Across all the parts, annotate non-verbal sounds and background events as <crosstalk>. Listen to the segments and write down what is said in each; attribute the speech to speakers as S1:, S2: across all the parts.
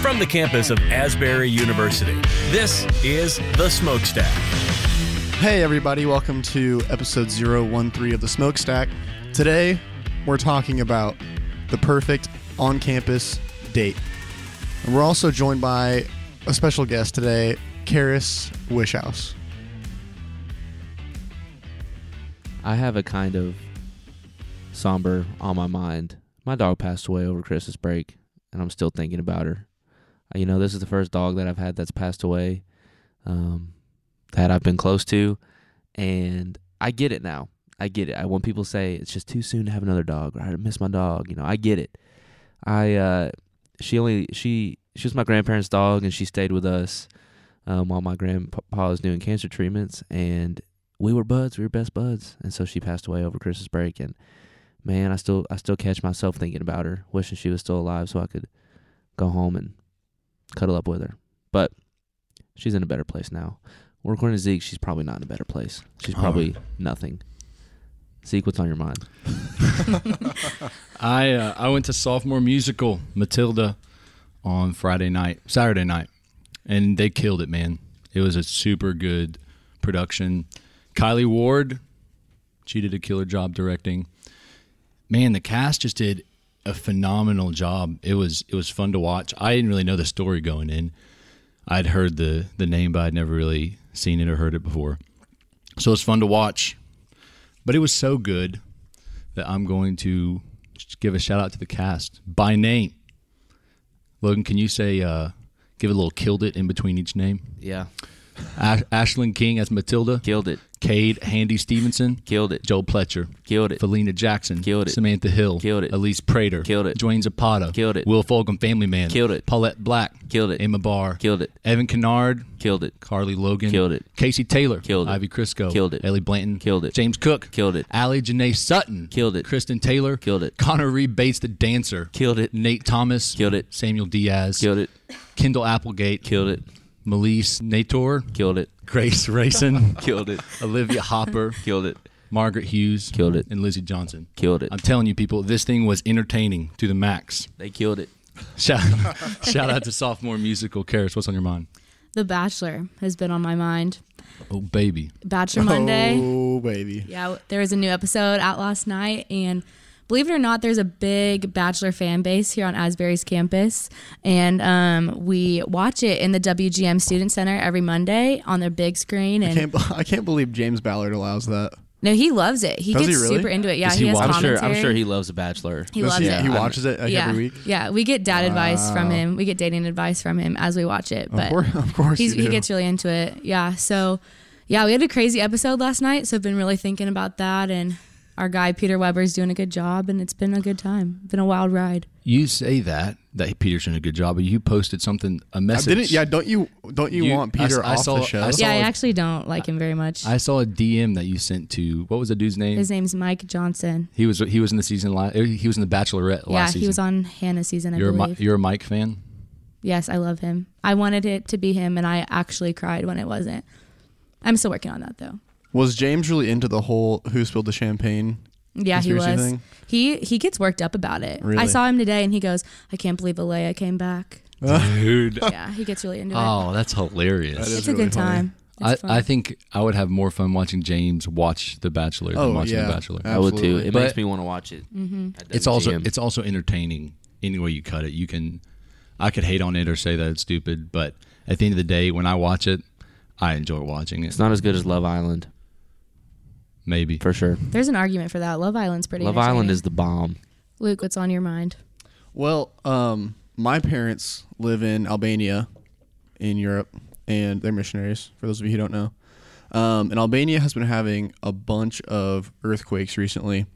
S1: From the campus of Asbury University, this is The Smokestack.
S2: Hey, everybody, welcome to episode 013 of The Smokestack. Today, we're talking about the perfect on campus date. And we're also joined by a special guest today, Karis Wishhouse.
S3: I have a kind of somber on my mind. My dog passed away over Christmas break, and I'm still thinking about her. Uh, You know, this is the first dog that I've had that's passed away, um, that I've been close to, and I get it now. I get it. I, when people say it's just too soon to have another dog, or I miss my dog, you know, I get it. I uh, she only she she was my grandparents' dog, and she stayed with us um, while my grandpa was doing cancer treatments, and we were buds, we were best buds, and so she passed away over Christmas break. And man, I still I still catch myself thinking about her, wishing she was still alive so I could go home and cuddle up with her. But she's in a better place now. We're according to Zeke, she's probably not in a better place. She's
S2: Oh.
S3: probably nothing. Zeke, what's on your mind?
S4: <laughs> I uh, I went to sophomore musical Matilda on Friday night, Saturday night, and they killed it, man. It was a super good production. Kylie Ward, she did a killer job directing. Man, the cast just did a phenomenal job. It was it was fun to watch. I didn't really know the story going in. I'd heard the the name, but I'd never really seen it or heard it before. So it was fun to watch. But it was so good that I'm going to just give a shout out to the cast by name. Logan, can you say, uh, give a little killed it in between each name?
S3: Yeah.
S4: Ash- Ashlyn King as Matilda,
S3: Killed it.
S4: Cade Handy Stevenson,
S3: Killed it.
S4: Joel Pletcher,
S3: Killed it.
S4: Felina Jackson,
S3: Killed it.
S4: Samantha Hill,
S3: Killed it.
S4: Elise Prater,
S3: Killed it.
S4: Dwayne Zapata,
S3: Killed it.
S4: Will Fulgham, Family Man,
S3: Killed it.
S4: Paulette Black,
S3: Killed it.
S4: Emma Barr,
S3: Killed it.
S4: Evan Kennard,
S3: Killed it.
S4: Carly Logan,
S3: Killed it.
S4: Casey Taylor,
S3: Killed it.
S4: Ivy Crisco,
S3: Killed it.
S4: Ellie Blanton,
S3: Killed it.
S4: James Cook,
S3: Killed it.
S4: Allie Janae Sutton,
S3: Killed it.
S4: Kristen Taylor,
S3: Killed it.
S4: Connor Reed Bates, the dancer,
S3: Killed it.
S4: Nate Thomas,
S3: Killed it.
S4: Samuel Diaz,
S3: Killed it.
S4: Kendall Applegate,
S3: Killed it.
S4: Melise Nator,
S3: Killed it.
S4: Grace Rayson,
S3: <laughs> Killed it.
S4: <laughs> Olivia Hopper,
S3: <laughs> Killed it.
S4: Margaret Hughes,
S3: Killed it.
S4: and Lizzie Johnson.
S3: Killed it.
S4: I'm telling you, people, this thing was entertaining to the max. <laughs>
S3: They killed it. <laughs>
S4: Shout, shout out to sophomore musical. Karis, what's on your mind?
S5: The Bachelor has been on my mind.
S4: Oh, baby.
S5: Bachelor Monday.
S2: Oh, baby.
S5: Yeah, w- there was a new episode out last night, and believe it or not, there's a big Bachelor fan base here on Asbury's campus, and um, we watch it in the WGM Student Center every Monday on their big screen.
S2: I
S5: And
S2: can't, I can't believe James Ballard allows that.
S5: no, he loves it. He
S2: Does
S5: gets
S2: he really?
S5: super into it. Yeah,
S4: Does
S5: he,
S4: he
S5: has
S4: watch-
S3: I'm
S5: commentary.
S3: sure. I'm sure he loves The Bachelor.
S5: He
S2: Does
S5: loves
S2: he,
S5: it.
S2: he
S3: I'm-
S2: watches it like
S5: yeah,
S2: every week.
S5: yeah, we get dad advice from him. We get dating advice from him as we watch it. But
S2: Of course, of course
S5: he's,
S2: you
S5: he
S2: do.
S5: gets really into it. Yeah. So, yeah, we had a crazy episode last night. So I've been really thinking about that. And our guy, Peter Weber's doing a good job. And it's been a good time. Been a wild ride.
S4: You say that, that Peter's doing a good job, but you posted something, a message.
S2: Didn't, yeah, don't you don't you,
S4: You-
S2: want
S4: I s-
S2: Peter
S4: I
S2: off the
S4: saw-
S2: show?
S4: I saw-
S5: yeah, I
S4: Solid.
S5: actually don't like him very much.
S4: I saw a DM that you sent to what was the dude's name?
S5: His name's Mike Johnson.
S4: He was he was in the season last. He was in the Bachelorette
S5: yeah,
S4: last season.
S5: he was on Hannah season, I
S4: You're a, Mi-
S5: believe.
S4: you're a Mike fan.
S5: yes, I love him. I wanted it to be him, and I actually cried when it wasn't. I'm still working on that though.
S2: Was James really into the whole who spilled the champagne?
S5: Yeah, he
S2: conspiracy
S5: was.
S2: thing?
S5: He he gets worked up about it.
S2: Really?
S5: I saw him today, and he goes, "I can't believe Alea came back."
S4: <laughs> Dude.
S5: Yeah, he gets really into it.
S4: oh, that's hilarious.
S2: That is
S5: It's a
S2: really
S5: good
S2: funny.
S5: time.
S4: I,
S5: It's fun.
S4: I think I would have more fun watching James watch The Bachelor
S2: Oh,
S4: than watching
S2: yeah.
S4: The Bachelor.
S2: Uh,
S3: I would
S2: Absolutely.
S3: too. It
S4: But-
S3: makes me want to watch it. Mm-hmm.
S4: it's also it's also entertaining any way you cut it. You can I could hate on it or say that it's stupid, but at the end of the day, when I watch it, I enjoy watching it.
S3: it's not as good as Love Island
S4: Maybe
S3: for sure.
S5: There's an argument for that. Love Island's pretty.
S3: Love Island is
S5: entertaining.
S3: the bomb.
S5: Luke. What's on
S2: <laughs>
S5: your mind?
S2: Well, um, my parents live in Albania, in Europe, and they're missionaries. For those of you who don't know, um, and Albania has been having a bunch of earthquakes recently.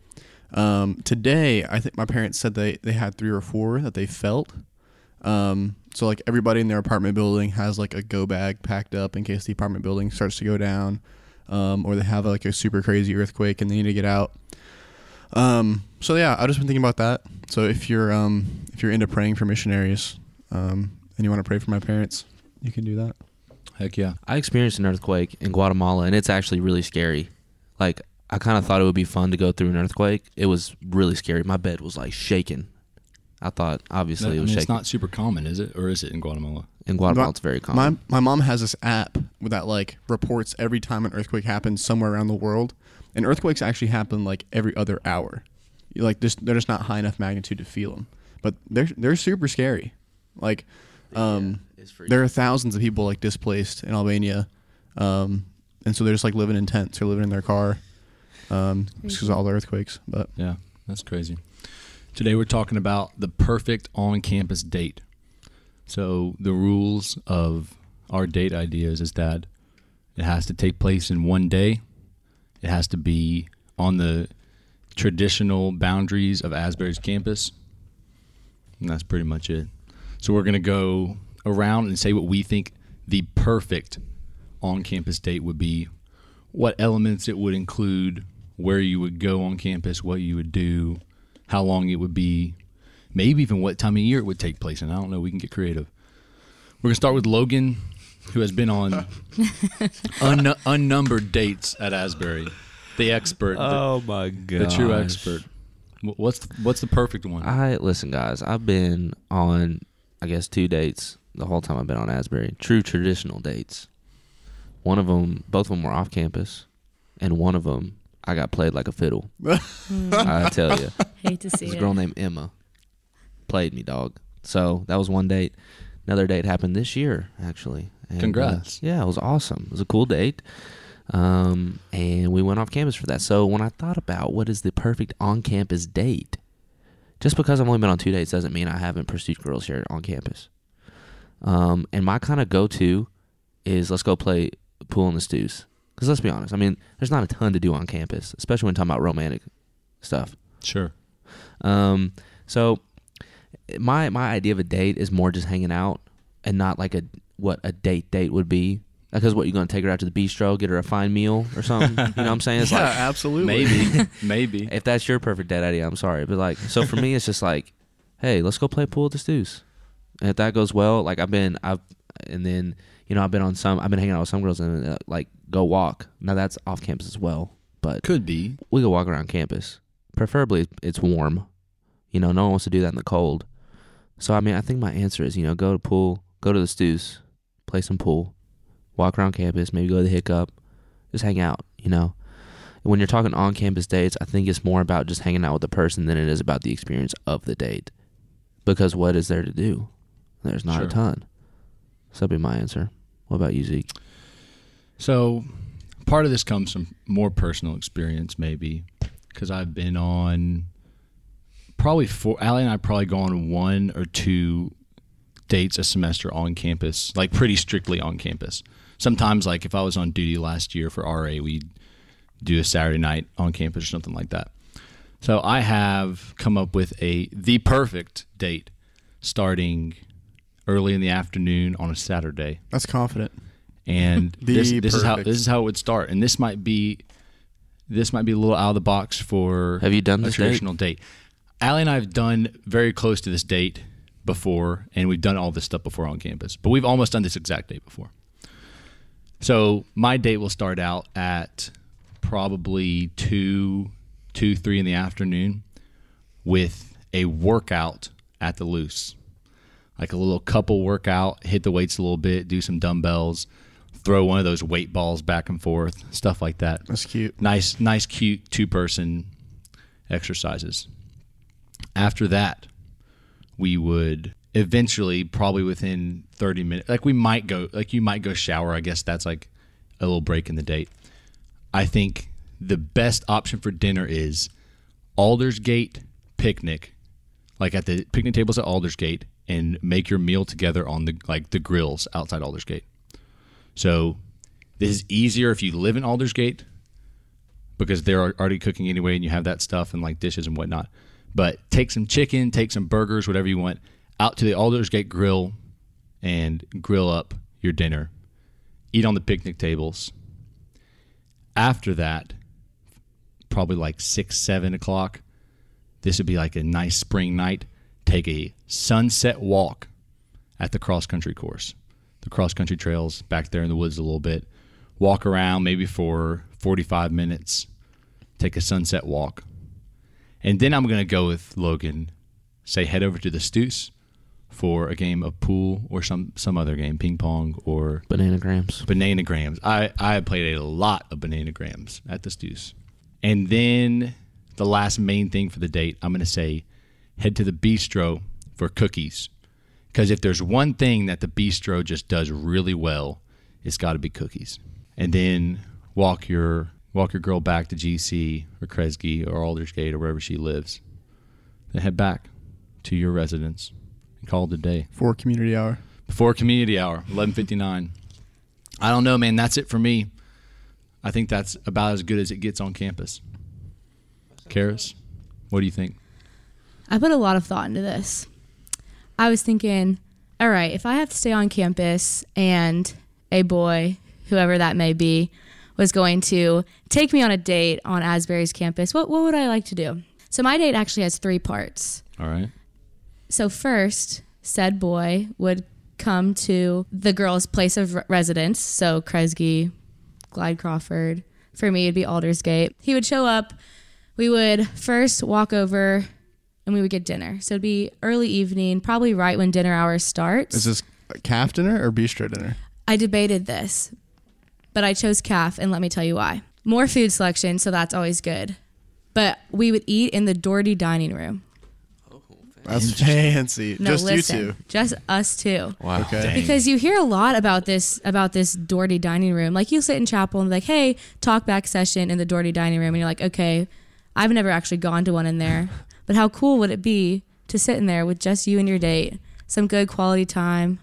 S2: Um, today, I think my parents said they they had three or four that they felt. Um, so like everybody in their apartment building has like a go bag packed up in case the apartment building starts to go down, um, or they have like a super crazy earthquake and they need to get out. Um, so yeah, I've just been thinking about that. So if you're um, if you're into praying for missionaries, um, and you want to pray for my parents, you can do that.
S4: heck yeah.
S3: I experienced an earthquake in Guatemala, and it's actually really scary. Like I kind of thought it would be fun to go through an earthquake. It was really scary. My bed was like shaking. I thought obviously
S4: I
S3: it
S4: mean,
S3: was
S4: it's
S3: shaking.
S4: not super common, is it? Or is it in Guatemala?
S3: In Guatemala,
S2: My-
S3: it's very common.
S2: My my mom has this app that like reports every time an earthquake happens somewhere around the world, and earthquakes actually happen like every other hour. You, like just they're just not high enough magnitude to feel them, but they're they're super scary. Like, um,
S3: it's freaky.
S2: there are thousands of people like displaced in Albania, um, and so they're just like living in tents or living in their car, um, because of all the earthquakes. But
S4: Yeah, that's crazy. Today we're talking about the perfect on-campus date. So the rules of our date ideas is that it has to take place in one day. It has to be on the traditional boundaries of Asbury's campus. And that's pretty much it. So we're going to go around and say what we think the perfect on-campus date would be what elements it would include, where you would go on campus, what you would do, how long it would be, maybe even what time of year it would take place. And I don't know, we can get creative. We're going to start with Logan, who has been on un- unnumbered dates at Asbury, the expert, the-
S3: my god,
S4: the, true expert. Wh- What's the, what's the perfect one?
S3: I listen, guys. I've been on, I guess, two dates the whole time I've been on Asbury. True traditional dates. One of them, both of them were off campus, and one of them I got played like a fiddle. I tell you,
S5: Hmm, Hate to see
S3: this
S5: it.
S3: girl named Emma played me, dog. So that was one date. Another date happened this year, actually. And, uh,
S4: Congrats.
S3: yeah, it was awesome. It was a cool date. Um, and we went off campus for that. So when I thought about what is the perfect on campus date, just because I've only been on two dates doesn't mean I haven't pursued girls here on campus. Um, and my kind of go to is let's go play pool in the stews. Because let's be honest, I mean, there's not a ton to do on campus, especially when talking about romantic stuff.
S4: sure.
S3: Um, so my my idea of a date is more just hanging out and not like a what a date date would be. Because what you're gonna take her out to the bistro, get her a fine meal or something. <laughs> you know what I'm saying? It's
S2: yeah,
S4: <laughs>
S3: like
S2: absolutely. <laughs>
S4: Maybe, maybe.
S3: if that's your perfect date idea, I'm sorry, but like so for me, it's just like, hey, let's go play pool at the Stews. And if that goes well, like I've been, I've and then you know I've been on some, I've been hanging out with some girls and uh, like go walk. Now that's off campus as well, but
S4: Could be.
S3: we could walk around campus. Preferably, it's warm. You know, no one wants to do that in the cold. So, I mean, I think my answer is, you know, go to pool, go to the stews, play some pool, walk around campus, maybe go to the hiccup, just hang out. You know, when you're talking on campus dates, I think it's more about just hanging out with the person than it is about the experience of the date. Because what is there to do? There's not
S4: Sure.
S3: a ton. So that'd be my answer. What about you, Zeke?
S4: So, part of this comes from more personal experience, maybe, because I've been on probably four. Allie and I probably go on one or two dates a semester on campus, like pretty strictly on campus. Sometimes, like if I was on duty last year for RA, we'd do a Saturday night on campus or something like that. So I have come up with a the perfect date, starting early in the afternoon on a Saturday
S2: That's confident.
S4: and
S2: <laughs> The
S4: this, this is how
S2: perfect.
S4: this is how it would start. And this might be this might be a little out of the box for
S3: Have you done
S4: a
S3: this date?
S4: traditional date? Allie and I have done very close to this date before, and we've done all this stuff before on campus, but we've almost done this exact date before. So my date will start out at probably two, two, three in the afternoon, with a workout at the loose, like a little couple workout. Hit the weights a little bit, do some dumbbells, throw one of those weight balls back and forth, stuff like that
S2: That's cute.
S4: nice nice cute two person exercises after that we would eventually probably within 30 minutes like we might go like you might go shower i guess that's like a little break in the date i think the best option for dinner is aldersgate picnic like at the picnic tables at aldersgate and make your meal together on the like the grills outside aldersgate so this is easier if you live in aldersgate because they're already cooking anyway and you have that stuff and like dishes and whatnot. But take some chicken, take some burgers, whatever you want, out to the Aldersgate grill and grill up your dinner. Eat on the picnic tables. After that, probably like six, seven o'clock, this would be like a nice spring night. Take a sunset walk at the cross country course, the cross country trails back there in the woods a little bit. Walk around maybe for 45 minutes, take a sunset walk. And then I'm going to go with Logan, say head over to the Stoops for a game of pool or some, some other game, ping pong or
S3: Bananagrams.
S4: bananagrams. I, I played a lot of bananagrams at the Stews. And then the last main thing for the date, I'm going to say head to the bistro for cookies. Because if there's one thing that the bistro just does really well, it's got to be cookies. And then walk your walk your girl back to GC or Kresge or Aldersgate or wherever she lives. Then head back to your residence and call it a day
S2: for community hour.
S4: before community hour 11:59 i don't know man that's it for me i think that's about as good as it gets on campus Karis, what do you think
S5: I put a lot of thought into this. I was thinking, all right, if I have to stay on campus and a boy, whoever that may be, was going to take me on a date on Asbury's campus, what, what would I like to do? So my date actually has three parts.
S4: all right
S5: So first, said boy would come to the girl's place of re- residence, so Kresge, Glide Crawford. For me, it'd be Aldersgate. He would show up. We would first walk over, and we would get dinner. So it'd be early evening, probably right when dinner hour starts.
S2: Is this calf dinner or bistro dinner?
S5: I debated this, but I chose calf, and let me tell you why. More food selection, so that's always good. But we would eat in the Doherty dining room.
S2: That's fancy.
S5: No,
S2: Just
S5: listen,
S2: you two.
S5: just us two.
S3: Wow.
S2: Okay.
S5: because you hear a lot about this about this Doherty dining room. Like you'll sit in chapel and be like, hey, talk back session in the Doherty dining room, and you're like, okay, I've never actually gone to one in there, but how cool would it be to sit in there with just you and your date, some good quality time?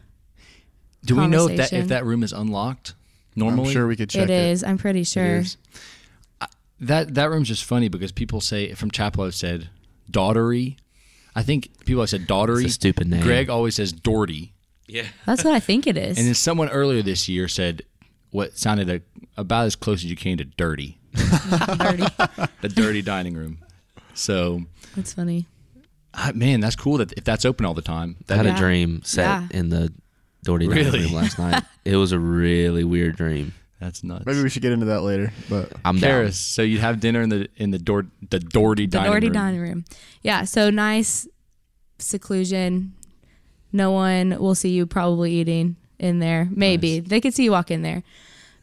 S4: do we know if that if
S5: Conversation.
S4: that room is unlocked
S2: I'm
S4: normally
S2: sure we could check it.
S5: it is. I'm pretty sure.
S4: is. I- that that room's just funny because people say from chapel have said daughtery i think people have said daughtery
S3: It's a stupid name.
S4: greg always says dorty
S5: That's what I think it is.
S4: and then someone earlier this year said what sounded a, about as close as you came to dirty
S5: Doherty.
S4: <laughs> the dirty dining room. So,
S5: That's funny.
S4: ah, man, that's cool that if that's open all the time.
S3: I had
S4: That
S5: Yeah.
S3: a dream set
S5: Yeah.
S3: in the Doherty
S4: Really?
S3: dining room last night.
S5: <laughs>
S3: it was a really weird dream.
S4: that's nuts.
S2: Maybe we should get into that later. But
S3: I'm down.
S4: Karis, so you'd have dinner in the in the door the Doherty
S5: The
S4: dining
S5: Doherty
S4: room.
S5: dining room. Yeah. So nice seclusion. No one will see you probably eating in there. Maybe they could see you walk in there,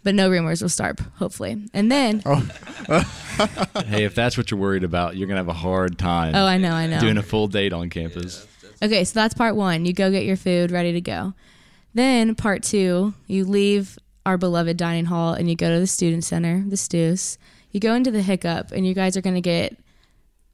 S5: but no rumors will start. Hopefully, and then oh,
S4: Hey, if that's what you're worried about, you're gonna have a hard time
S5: oh, I know, I know.
S4: doing a full date on campus.
S5: Okay, so that's part one. You go get your food ready to go. Then part two, you leave our beloved dining hall and you go to the student center, the Stews. You go into the Hiccup, and you guys are gonna get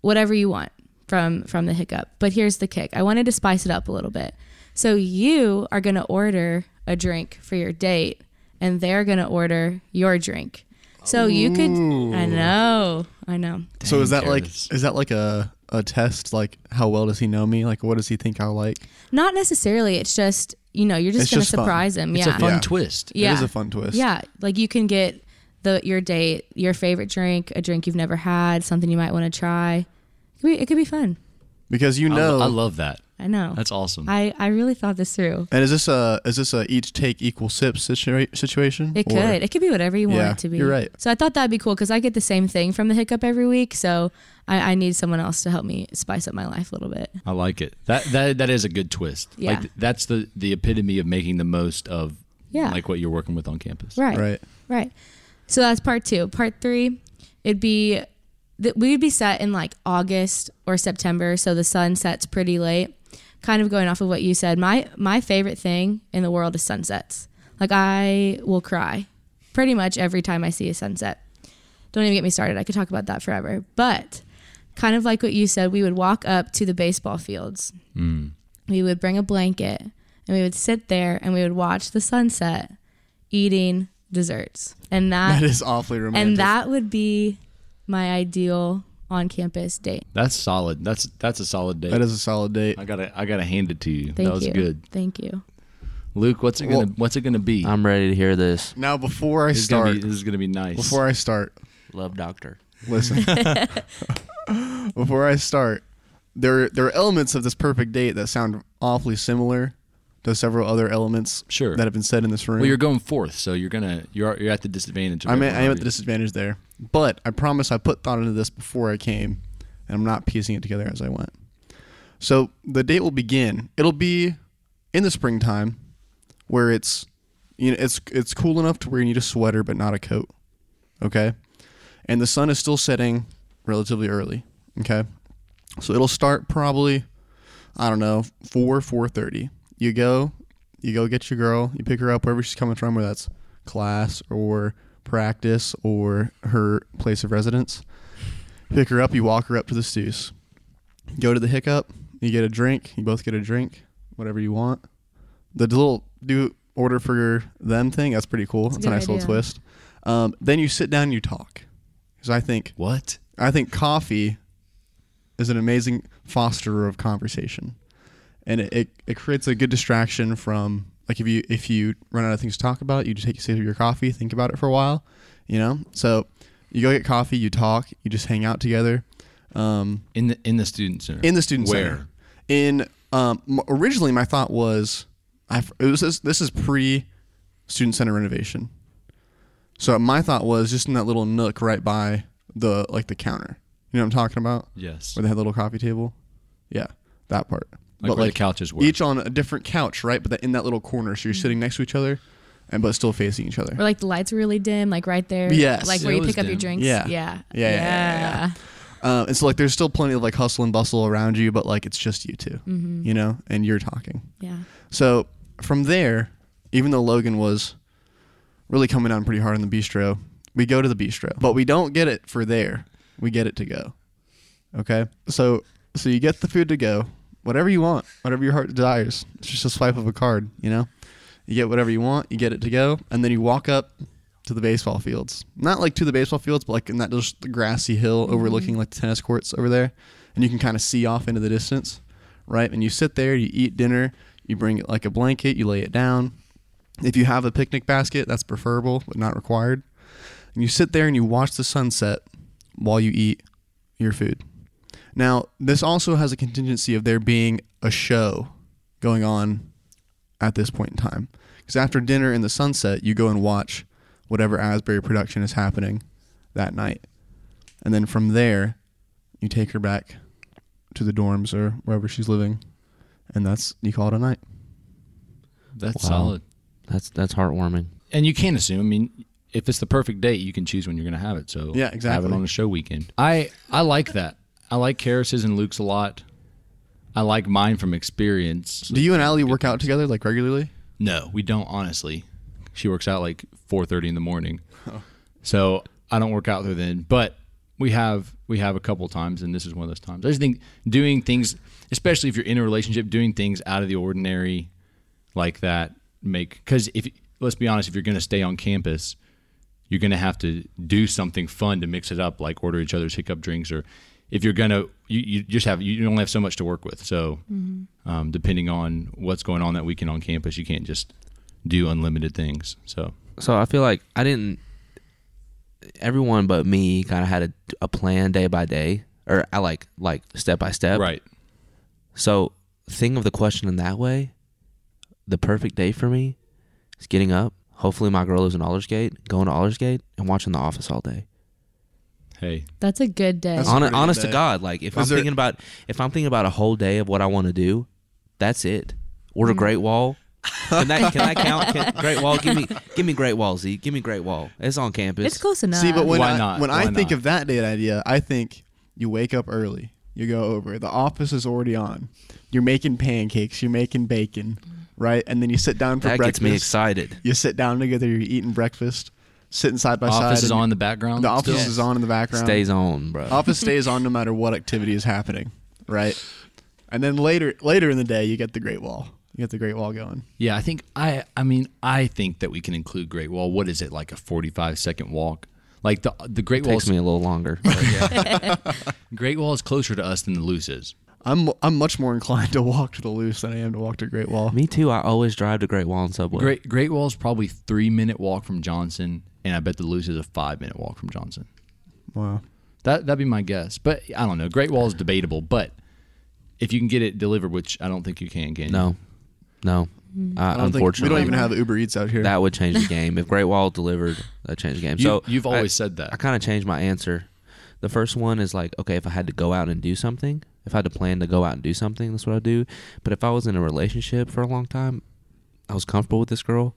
S5: whatever you want from from the Hiccup. But here's the kick: I wanted to spice it up a little bit. So you are gonna order a drink for your date, and they're gonna order your drink. So you could, I know, I know.
S2: so is that like
S4: Karis.
S2: is that like a a test? Like how well does he know me? Like what does he think I like?
S5: Not necessarily. It's just you know you're just
S2: It's
S5: gonna
S2: just fun.
S5: surprise them.
S4: It's
S5: yeah.
S4: a fun
S2: Yeah.
S4: twist.
S5: Yeah.
S2: It is a fun twist.
S5: Yeah, like you can get the your date, your favorite drink, a drink you've never had, something you might want to try. It could be, it could be fun.
S2: Because you
S4: I,
S2: know.
S4: lo- I love that.
S5: I know.
S4: That's awesome.
S5: I I really thought this through.
S2: and is this a is this a each take equal sip situa- situation?
S5: It
S2: Or-
S5: could. It could be whatever you want
S2: Yeah,
S5: it to be.
S2: you're right.
S5: So I thought that'd be cool because I get the same thing from the hiccup every week. So I, I need someone else to help me spice up my life a little bit.
S4: I like it. That that that is a good twist.
S5: Yeah.
S4: Like that's the the epitome of making the most of
S5: Yeah.
S4: like what you're working with on campus.
S5: Right.
S2: Right.
S5: Right. So that's part two. Part three, it'd be that we'd be set in like August or September, so the sun sets pretty late. Kind of going off of what you said, my my favorite thing in the world is sunsets. Like I will cry pretty much every time I see a sunset. Don't even get me started. I could talk about that forever. But kind of like what you said, we would walk up to the baseball fields. We would bring a blanket and we would sit there and we would watch the sunset eating desserts. And that,
S2: That is awfully romantic.
S5: and that would be my ideal on campus date.
S4: That's solid. That's that's a solid date.
S2: that is a solid date.
S4: I gotta I gotta hand it to you.
S5: Thank
S4: that was
S5: you.
S4: good.
S5: Thank you.
S4: Luke, what's it gonna
S2: Well-
S4: what's it gonna be?
S3: I'm ready to hear this.
S2: Now before I
S4: This is gonna
S2: start,
S4: be, this is gonna be nice.
S2: before I start,
S3: Love doctor.
S2: listen. before I start, there there are elements of this perfect date that sound awfully similar to several other elements
S4: Sure.
S2: that have been said in this room.
S4: well, you're going fourth, so you're gonna you're you're at the disadvantage. Of
S2: I'm
S4: it
S2: at,
S4: for
S2: I am
S4: no
S2: at the
S4: reason.
S2: disadvantage there. But I promise I put thought into this before I came, and I'm not piecing it together as I went. So the date will begin. It'll be in the springtime, where it's you know it's it's cool enough to where you need a sweater but not a coat. Okay, and the sun is still setting relatively early. Okay, so it'll start probably I don't know four four thirty. You go you go get your girl. You pick her up wherever she's coming from, whether that's class or practice or her place of residence. Pick her up. You walk her up to the stews go to the hiccup you get a drink you both get a drink whatever you want the little do order for them thing that's pretty cool that's a
S5: good
S2: nice
S5: idea.
S2: little twist um, then you sit down and you talk because i think
S4: What?
S2: i think coffee is an amazing fosterer of conversation and it, it, it creates a good distraction from like if you if you run out of things to talk about you just take a sip of your coffee think about it for a while you know so you go get coffee you talk you just hang out together um,
S4: In the in the student center.
S2: in the student
S4: Where?
S2: center. In um, m- originally my thought was, I f- it was this, this is pre student center renovation, so my thought was just in that little nook right by the like the counter. You know what I'm talking about?
S4: Yes.
S2: Where they had the little coffee table. Yeah, that part.
S4: Like
S2: but
S4: where
S2: like
S4: the couches were.
S2: each on a different couch, right? But that in that little corner, so you're
S4: Mm.
S2: sitting next to each other, and but still facing each other.
S5: Or like the lights were really dim, like right there.
S2: Yes.
S5: Like
S4: It
S5: where you
S4: was
S5: pick up your
S4: dim.
S5: drinks.
S2: Yeah.
S5: Yeah.
S2: Yeah, yeah, yeah, yeah. Um, and so like there's still plenty of like hustle and bustle around you, but like it's just you 2
S4: Mm-hmm.
S2: you know, and you're talking.
S5: Yeah.
S2: So from there, even though Logan was really coming down pretty hard on the bistro, we go to the bistro, but we don't get it for there. We get it to go. Okay. So so you get the food to go, whatever you want, whatever your heart desires. It's just a swipe of a card, you know. You get whatever you want, you get it to go, and then you walk up to the baseball fields. Not like to the baseball fields, but like in that just grassy hill overlooking like the tennis courts over there, and you can kind of see off into the distance, right? And you sit there, you eat dinner, you bring it like a blanket, you lay it down. If you have a picnic basket, that's preferable but not required. And you sit there and you watch the sunset while you eat your food. Now, this also has a contingency of there being a show going on at this point in time. Because after dinner and the sunset, you go and watch whatever Asbury production is happening that night. And then from there, you take her back to the dorms or wherever she's living. And that's, you call it a night.
S4: That's
S3: Wow.
S4: solid.
S3: That's that's heartwarming.
S4: And you can't assume. I mean, if it's the perfect date, you can choose when you're going to have it. So
S2: Yeah,
S4: Have
S2: exactly.
S4: it on a show weekend. I I like that. I like Karis's and Luke's a lot. I like mine from experience.
S2: Do you and Allie work out together like regularly?
S4: No, we don't. Honestly, she works out like four thirty in the morning, so I don't work out there then. But we have we have a couple times, and this is one of those times. I just think doing things, especially if you're in a relationship, doing things out of the ordinary like that make because if let's be honest, if you're going to stay on campus, you're going to have to do something fun to mix it up, like order each other's hiccup drinks, or if you're going to, you, you just have, you only have so much to work with. So, um, depending on what's going on that weekend on campus, you can't just do unlimited things. So,
S3: So I feel like I didn't. Everyone but me kind of had a, a plan day by day, or I like like step by step.
S4: right.
S3: So think of the question in that way. The perfect day for me is getting up. Hopefully, my girl is in Allersgate, going to Allersgate, and watching The Office all day.
S4: Hey,
S5: That's a good day.
S2: That's- a
S3: Hon-
S2: pretty good
S3: honest to
S2: day.
S3: God, like if
S2: Is
S3: I'm
S2: there-
S3: thinking about if I'm thinking about a whole day of what I want to do, that's it. Order Great Wall. Can that can I count?
S2: <laughs>
S3: Can, great Wall, give me give me Great Wall, Z. Give me Great Wall. It's on campus.
S5: it's close enough.
S2: See, but when
S4: Why
S2: I,
S4: not?
S2: when I
S4: Why
S2: think
S4: not?
S2: of that date idea, I think you wake up early, you go over, the office is already on, you're making pancakes, you're making bacon, right? And then you sit down for
S3: That
S2: breakfast.
S3: gets me excited.
S2: You sit down together, you're eating breakfast, sitting side by side.
S4: office is
S2: and
S4: on in the background.
S2: The office
S4: still?
S2: is on in the background.
S3: Stays on, bro.
S2: Office stays on no matter what activity is happening, right? And then later later in the day, you get the Great Wall. You get the Great Wall going.
S4: Yeah, I think I I mean I think that we can include Great Wall. What is it like a 45 second walk? Like the the Great Wall
S3: Takes
S4: is
S3: me a
S2: <laughs>
S3: little longer.
S4: Great Wall is closer to us than the Loose is.
S2: I'm I'm much more inclined to walk to the loose than I am to walk to Great Wall.
S3: me too. I always drive to Great Wall and Subway.
S4: Great Great Wall is probably three minute walk from Johnson, and I bet the Loose is a five minute walk from Johnson.
S2: Wow.
S4: That that'd be my guess, but I don't know. Great Wall is debatable, but if you can get it delivered, which I don't think you can, can you?
S3: No, No, uh,
S2: I don't think we
S3: unfortunately,
S2: don't even have Uber Eats out here.
S3: that would change the game. if Great Wall delivered, that changed the game.
S4: You,
S3: so
S4: you've
S3: I-
S4: always said that.
S3: I kind of changed my answer. The first one is like, okay, if I had to go out and do something, if I had to plan to go out and do something, that's what I do. But if I was in a relationship for a long time, I was comfortable with this girl.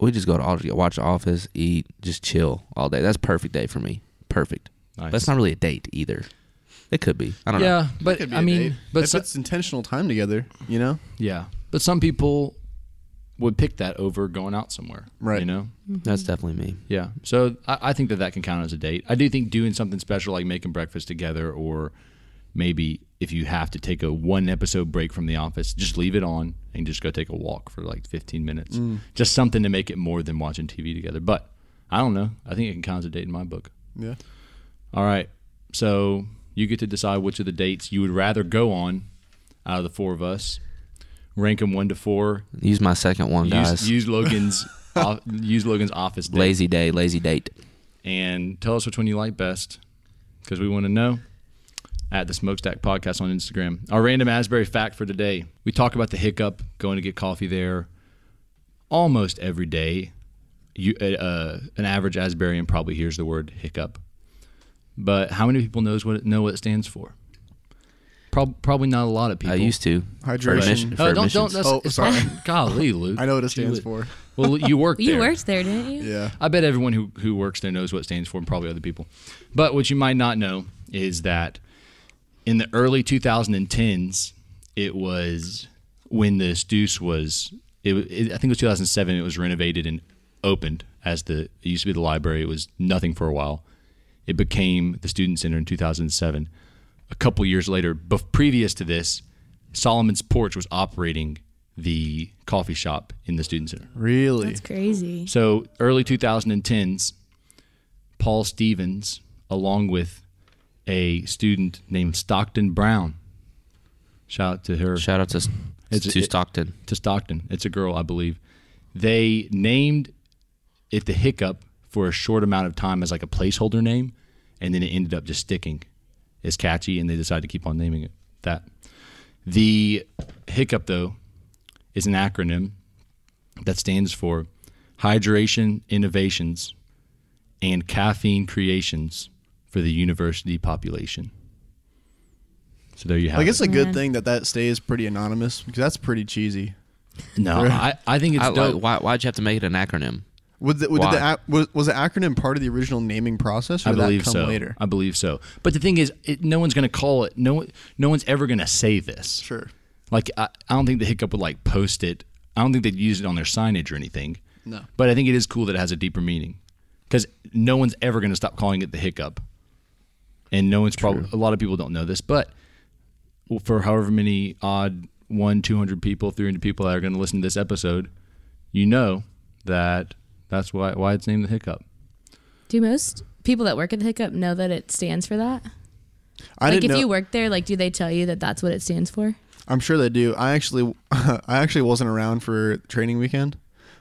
S3: We just go to Aldridge, watch The Office, eat, just chill all day. That's a perfect day for me. Perfect.
S4: Nice.
S3: But it's not really a date either. It could be. I don't know.
S4: yeah,
S2: That could
S4: but
S2: be
S4: I
S2: a
S4: mean,
S2: date.
S4: but
S2: if
S4: so-
S2: it's intentional time together, you know,
S4: yeah, but some people would pick that over going out somewhere.
S2: Right.
S4: You know.
S3: That's definitely me.
S4: Yeah. So I, I think that that can count as a date. I do think doing something special like making breakfast together, or maybe if you have to take a one episode break from the office, just leave it on and just go take a walk for like 15 minutes.
S2: Mm.
S4: Just something to make it more than watching TV together. But I don't know. I think it can count as a date in my book.
S2: yeah.
S4: All right. So you get to decide which of the dates you would rather go on out of the four of us. Rank them one to four.
S3: Use my second one, guys.
S4: Use, use Logan's off, use Logan's office date
S3: lazy day, lazy date.
S4: and tell us which one you like best because we want to know at the smokestack podcast on instagram our random asbury fact for today we talk about the hiccup going to get coffee there almost every day you uh, uh, an average asburyan probably hears the word hiccup but how many people knows what it, know what it stands for Prob- probably not a lot of people
S3: I used to. For
S2: Hydration.
S3: admission- for
S4: oh, don't,
S3: admissions.
S4: don't, that's,
S2: Oh,
S4: it's
S2: sorry.
S4: not- golly
S2: <laughs>
S4: luke
S2: I know what it
S4: Gee
S2: stands
S4: whiz.
S2: for.
S4: well you worked
S5: You
S4: there.
S5: worked there, didn't you?
S2: Yeah.
S4: I bet everyone who, who works there knows what it stands for, and probably other people. But what you might not know is that in the early 2010s, it was when the Deuce was. It, wa- it, I think it was 2007. It was renovated and opened as the. It used to be the library. It was nothing for a while. It became the student center in 2007. A couple years later, bef- previous to this, Solomon's Porch was operating the coffee shop in the student center.
S2: Really?
S5: That's crazy.
S4: So early 2010s, Paul Stevens, along with a student named Stockton Brown, shout out to her
S3: Shout out to, s-
S4: It's-
S3: to
S4: it-
S3: Stockton.
S4: to Stockton. It's a girl, I believe. They named it the hiccup for a short amount of time as like a placeholder name, and then it ended up just sticking. It's catchy, and they decided to keep on naming it that. The hiccup, though, is an acronym that stands for Hydration Innovations and Caffeine Creations for the University Population. So there you have
S2: Like it's
S4: it.
S2: a good thing that that stays pretty anonymous because that's pretty cheesy.
S4: No, I, I think it's
S3: I,
S4: dope.
S3: like, why, why'd you have to make it an acronym?
S2: Would the, would did
S3: Why?
S2: the ac- was, was the acronym part of the original naming process, or
S4: I
S2: did
S4: believe
S2: that come
S4: so.
S2: later?
S4: I believe so. But the thing is, it, no one's going to call it. No, one- no one's ever going to say this.
S2: Sure.
S4: Like I, I don't think the hiccup would like post it. I don't think they'd use it on their signage or anything. No. But I think it is cool that it has a deeper meaning, because no one's ever going to stop calling it the hiccup, and no one's probably a lot of people don't know this, but for however many odd one, two hundred people, three hundred people that are going to listen to this episode, you know that that's why why it's named the hiccup.
S5: Do most people that work at the Hiccup know that it stands for that?
S2: I
S5: like,
S2: didn't
S5: if
S2: know.
S5: you work there, like, do they tell you that that's what it stands for?
S2: I'm sure they do. I actually, <laughs> I actually wasn't around for training weekend.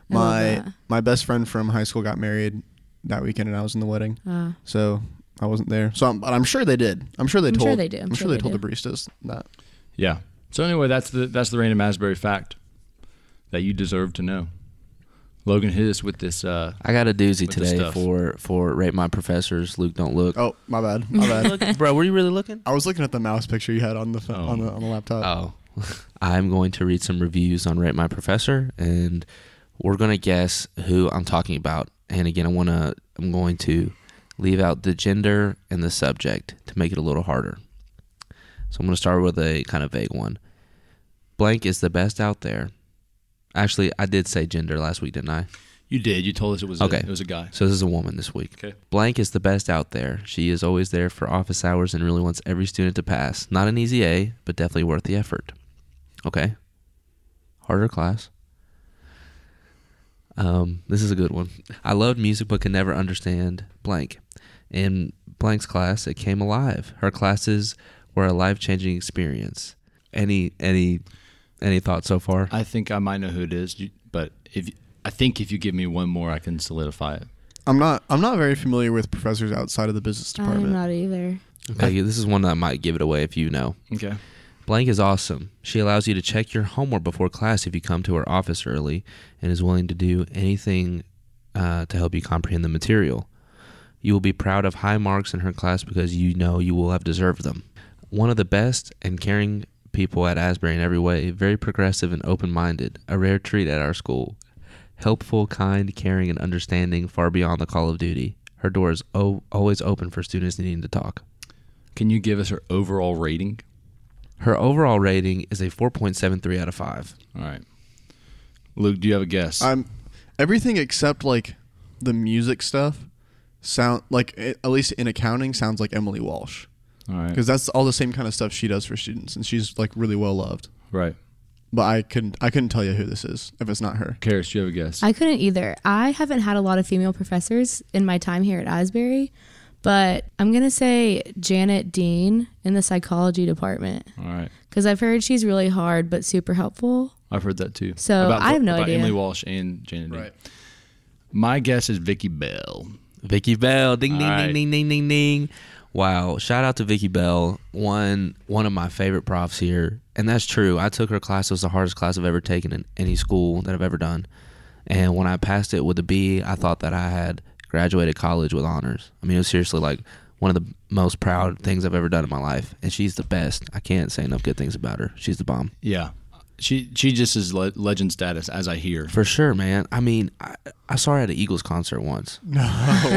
S5: I love
S2: My
S5: that.
S2: my best friend from high school got married that weekend, and I was in the wedding, so I wasn't there. So, I'm, but I'm sure they did. I'm sure they
S5: Ah. I'm sure
S2: told.
S5: they do. I'm
S2: I'm sure they told the baristas that.
S4: Yeah. So anyway, that's the that's the random Asbury fact that you deserve to know. Logan hit us with this. Uh,
S3: I got a doozy
S4: the
S3: today
S4: stuff.
S3: for for rate my professors. Luke, don't look.
S2: Oh, my bad. My
S5: <laughs>
S2: bad.
S3: bro, were you really looking?
S2: I was looking at the mouse picture you had on the pho-
S4: Oh.
S2: on the on the laptop.
S3: Oh, <laughs> I'm going to read some reviews on rate my professor, and we're gonna guess who I'm talking about. And again, I wanna I'm going to leave out the gender and the subject to make it a little harder. So I'm gonna start with a kind of vague one. Blank is the best out there. Actually, I did say gender last week, didn't I?
S4: you did. You told us it was
S3: Okay.
S4: A, it was a guy.
S3: So this is a woman this week.
S4: Okay.
S3: Blank is the best out there. She is always there for office hours and really wants every student to pass. Not an easy A, but definitely worth the effort. Okay. Harder class. Um, this is a good one. I loved music but could never understand blank. In blank's class, it came alive. Her classes were a life changing experience. Any any any thoughts so far?
S4: I think I might know who it is, you- but if I think if you give me one more, I can solidify it.
S2: I'm not. I'm not very familiar with professors outside of the business
S5: I'm
S2: department.
S5: not either.
S3: Okay, this is one that might give it away if you know.
S4: Okay.
S3: Blank is awesome. She allows you to check your homework before class if you come to her office early and is willing to do anything uh, to help you comprehend the material. You will be proud of high marks in her class because you know you will have deserved them. One of the best and caring people at Asbury in every way, very progressive and open minded, a rare treat at our school. Helpful, kind, caring, and understanding far beyond the call of duty. Her door is o- always open for students needing to talk.
S4: Can you give us her overall rating?
S3: Her overall rating is a 4.73 out of 5.
S4: All right. Luke, do you have a guess?
S2: I'm everything except like the music stuff sound like a- at least in accounting sounds like Emily Walsh
S4: All right.
S2: because that's all the same kind of stuff she does for students and she's like really well loved.
S4: Right.
S2: But I couldn't I couldn't tell you who this is if it's not her.
S4: Karis, do you have a guess?
S5: I couldn't either. I haven't had a lot of female professors in my time here at Asbury, but I'm going to say Janet Dean in the psychology department
S4: All right.
S5: because I've heard she's really hard but super helpful.
S4: I've heard that too.
S5: So, I have no
S4: about
S5: idea.
S4: Emily Walsh and Janet. Right. My guess is Vicky Bell.
S3: Vicky Bell, ding ding
S4: All right.
S3: ding ding ding ding ding. Wow! Shout out to Vicky Bell, one one of my favorite profs here, and that's true. I took her class; it was the hardest class I've ever taken in any school that I've ever done. And when I passed it with a B, I thought that I had graduated college with honors. I mean, it was seriously like one of the most proud things I've ever done in my life. And she's the best. I can't say enough good things about her. She's the bomb.
S4: Yeah. She she just is le- legend status as I hear.
S3: For sure, man. I mean, I, I saw her at an Eagles concert once.
S2: No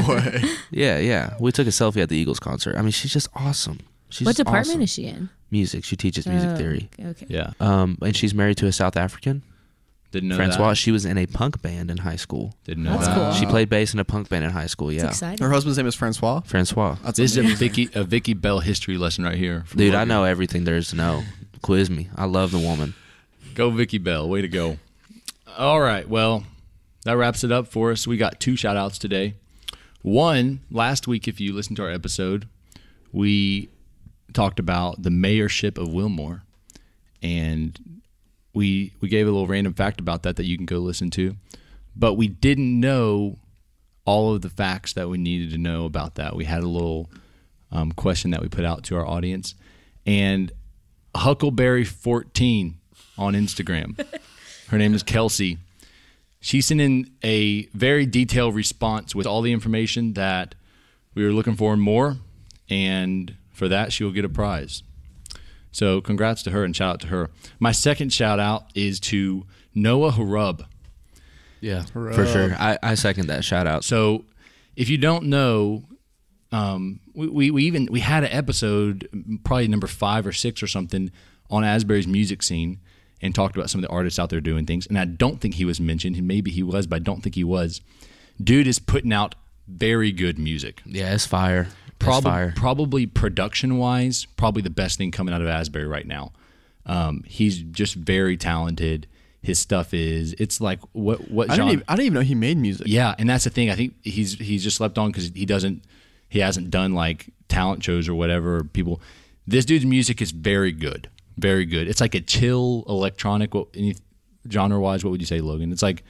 S2: way.
S3: Yeah, yeah. We took a selfie at the Eagles concert. I mean, she's just awesome. She's
S5: what
S3: just
S5: department
S3: awesome.
S5: is she in?
S3: Music. She teaches music
S5: Oh,
S3: theory.
S5: Okay.
S4: Yeah.
S3: Um, and she's married to a South African.
S4: Didn't know
S3: Francois.
S4: that.
S3: She was in a punk band in high school.
S4: Didn't know
S5: That's
S4: that.
S5: cool.
S3: She played bass in a punk band in high school.
S5: It's
S3: Yeah,
S5: exciting.
S2: Her husband's name is Francois.
S3: Francois.
S2: That's
S4: This is
S2: amazing.
S4: a Vicky a Vicky Bell history lesson right here. from
S3: Dude, I
S4: Logan.
S3: know everything there is to know. Quiz me. I love the woman.
S4: Go Vicky Bell. Way to go. All right. Well, that wraps it up for us. We got two shout outs today. One, last week, if you listened to our episode, we talked about the mayorship of Wilmore. And we we gave a little random fact about that that you can go listen to. But we didn't know all of the facts that we needed to know about that. We had a little um, question that we put out to our audience. And Huckleberry14 on Instagram. Her name is Kelsey. She sent in a very detailed response with all the information that we were looking for and more. And for that, she will get a prize. So congrats to her and shout out to her. My second shout out is to Noah Harub.
S3: Yeah, for sure. I, I second that shout out.
S4: So, if you don't know, um, we, we, we even we had an episode, probably number five or six or something, on Asbury's music scene, and talked about some of the artists out there doing things. And I don't think he was mentioned. Maybe he was, but I don't think he was. Dude is putting out very good music.
S3: Yeah, it's fire.
S4: Probab-
S3: it's fire.
S4: Probably production wise, probably the best thing coming out of Asbury right now. Um, he's just very talented. His stuff is it's like what what
S2: I
S4: genre?
S2: didn't even, I didn't even know he made music.
S4: Yeah, and that's the thing. I think he's he's just slept on because he doesn't he hasn't done like talent shows or whatever. People, this dude's music is very good, very good. It's like a chill electronic. What any genre wise? What would you say, Logan? It's like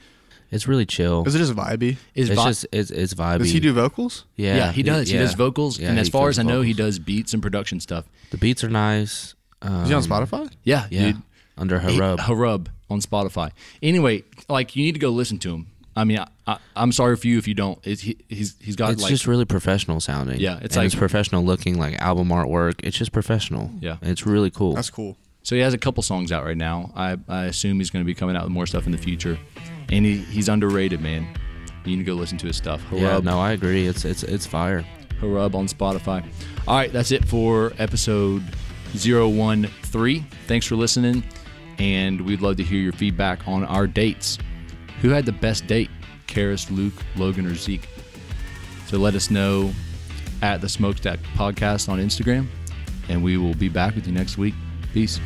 S3: It's really chill.
S2: Is it just vibey?
S4: is
S3: It's
S4: vi-
S3: just it's it's vibey.
S2: Does he do vocals?
S3: Yeah,
S4: yeah, he does. He
S3: yeah.
S4: does vocals,
S3: Yeah,
S4: and as
S3: he
S4: far
S3: kills
S4: as I know, he
S3: vocals.
S4: does beats and production stuff.
S3: The beats are nice. Um,
S2: Is he on Spotify?
S4: Yeah,
S3: Yeah,
S4: dude.
S3: under her
S4: He-
S3: rub.
S4: Harub on Spotify. Anyway, like you need to go listen to him. I mean, I, I, I'm sorry for you if you don't. It's, he, he's he's got
S3: it's
S4: like
S3: just really professional sounding.
S4: Yeah, it's
S3: And
S4: like-
S3: it's professional looking, like album artwork. It's just professional.
S4: Yeah.
S3: it's really cool.
S2: That's cool.
S4: So he has a couple songs out right now. I, I assume he's going to be coming out with more stuff in the future. And he, he's underrated, man. You need to go listen to his stuff. Harub,
S3: yeah, no, I agree. It's it's it's fire.
S4: Harub on Spotify. All right, that's it for episode 013. Thanks for listening. And we'd love to hear your feedback on our dates. Who had the best date? Karis, Luke, Logan, or Zeke? So let us know at the Smokestack Podcast on Instagram. And we will be back with you next week. Peace.